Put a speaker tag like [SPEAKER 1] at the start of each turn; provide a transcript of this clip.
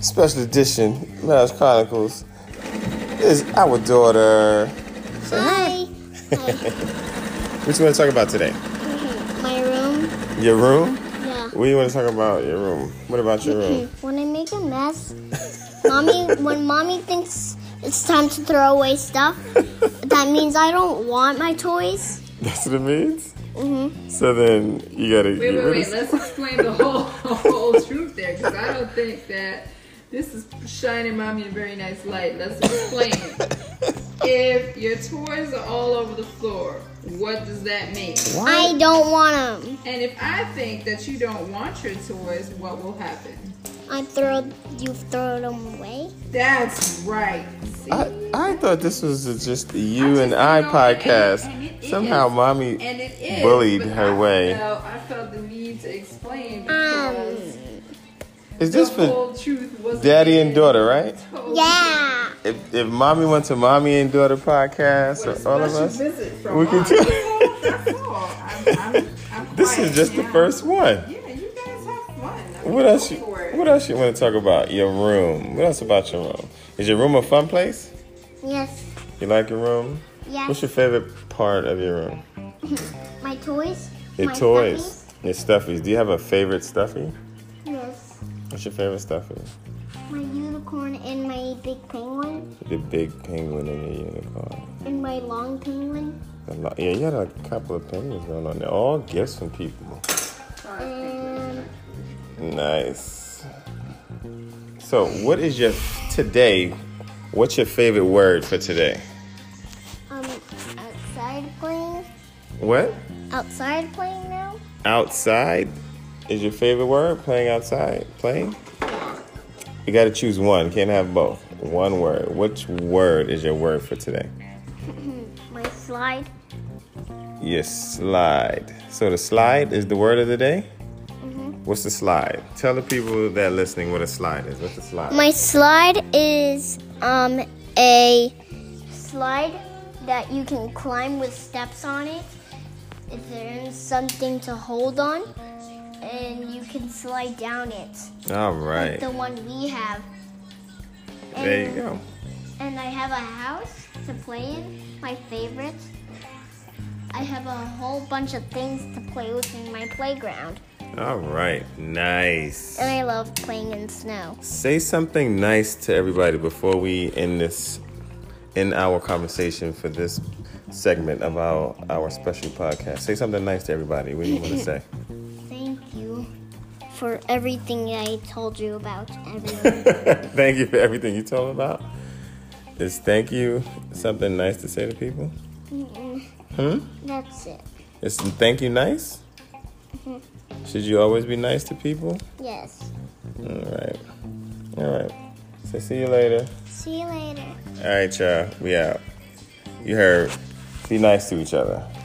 [SPEAKER 1] special edition Marriage Chronicles is our daughter.
[SPEAKER 2] Hi. Hi.
[SPEAKER 1] What you want to talk about today?
[SPEAKER 2] My room.
[SPEAKER 1] Your room?
[SPEAKER 2] Yeah.
[SPEAKER 1] What do you want to talk about? Your room. What about your room?
[SPEAKER 2] When I make a mess, mommy. When mommy thinks it's time to throw away stuff, that means I don't want my toys.
[SPEAKER 1] That's what it means. So then you gotta.
[SPEAKER 3] Wait,
[SPEAKER 1] get
[SPEAKER 3] wait,
[SPEAKER 1] rid
[SPEAKER 3] wait.
[SPEAKER 1] of-
[SPEAKER 3] Let's explain the whole whole truth there, because I don't think that this is shining mommy in a very nice light. Let's explain. if your toys are all over the floor, what does that mean?
[SPEAKER 2] I don't want them.
[SPEAKER 3] And if I think that you don't want your toys, what will happen?
[SPEAKER 2] I throw. You throw them away.
[SPEAKER 3] That's right. See?
[SPEAKER 1] I, I thought this was a just you
[SPEAKER 3] I
[SPEAKER 1] and
[SPEAKER 3] just
[SPEAKER 1] I
[SPEAKER 3] know it,
[SPEAKER 1] podcast.
[SPEAKER 3] and- and it
[SPEAKER 1] Somehow,
[SPEAKER 3] is.
[SPEAKER 1] mommy
[SPEAKER 3] and it is
[SPEAKER 1] bullied
[SPEAKER 3] but
[SPEAKER 1] her
[SPEAKER 3] I
[SPEAKER 1] way.
[SPEAKER 3] Felt, I felt the need to explain because
[SPEAKER 1] Is
[SPEAKER 3] the
[SPEAKER 1] this for
[SPEAKER 3] whole truth was
[SPEAKER 1] daddy and daughter, right?
[SPEAKER 2] Yeah.
[SPEAKER 1] If, if mommy went to mommy and daughter podcast or all of us,
[SPEAKER 3] Visit from
[SPEAKER 1] we can
[SPEAKER 3] us.
[SPEAKER 1] tell.
[SPEAKER 3] That's all. I'm, I'm, I'm
[SPEAKER 1] this
[SPEAKER 3] quiet
[SPEAKER 1] is just the
[SPEAKER 3] now.
[SPEAKER 1] first one.
[SPEAKER 3] Yeah, you guys have fun. I mean,
[SPEAKER 1] What else?
[SPEAKER 3] go
[SPEAKER 1] You,
[SPEAKER 3] for it.
[SPEAKER 1] what else you want to talk about? Your room. What else about your room? Is your room a fun place?
[SPEAKER 2] Yes.
[SPEAKER 1] You like your room? What's
[SPEAKER 2] Yes.
[SPEAKER 1] your favorite part of your room?
[SPEAKER 2] My toys.
[SPEAKER 1] Your
[SPEAKER 2] my
[SPEAKER 1] toys.
[SPEAKER 2] puppies.
[SPEAKER 1] Your stuffies. Do you have a favorite stuffy?
[SPEAKER 2] Yes.
[SPEAKER 1] What's your favorite stuffy?
[SPEAKER 2] My unicorn and my big penguin
[SPEAKER 1] The big penguin and the unicorn.
[SPEAKER 2] and my long penguin
[SPEAKER 1] A lot- Yeah, you had a couple of penguins going on there. All gifts from people.
[SPEAKER 2] and
[SPEAKER 1] Nice. So, what is your today? What's your favorite word for today?
[SPEAKER 2] um outside playing.
[SPEAKER 1] What?
[SPEAKER 2] Outside playing now.
[SPEAKER 1] Outside is your favorite word? Playing outside? Playing? You got to choose one. Can't have both. One word. Which word is your word for today?
[SPEAKER 2] My slide.
[SPEAKER 1] Your slide. So, the slide is the word of the day?
[SPEAKER 2] Mm-hmm.
[SPEAKER 1] What's the slide? Tell the people that are listening what a slide is. What's a slide?
[SPEAKER 2] My slide is um a slide that you can climb with steps on it. If there's something to hold on, and you can slide down it.
[SPEAKER 1] All right.
[SPEAKER 2] The one we have.
[SPEAKER 1] There you go.
[SPEAKER 2] And I have a house to play in, my favorite. I have a whole bunch of things to play with in my playground.
[SPEAKER 1] All right, nice.
[SPEAKER 2] And I love playing in snow.
[SPEAKER 1] Say something nice to everybody before we end this, in our conversation for this segment of our our special podcast. Say something nice to everybody. What do you want to say?
[SPEAKER 2] Thank you for everything I told you about everyone.
[SPEAKER 1] thank you for everything you told about. Is thank you something nice to say to people?
[SPEAKER 2] That's it.
[SPEAKER 1] Is thank you nice? Should you always be nice to people?
[SPEAKER 2] Yes.
[SPEAKER 1] All right, all right. So see you later.
[SPEAKER 2] See you later.
[SPEAKER 1] All right, y'all. We out. You heard. Be nice to each other.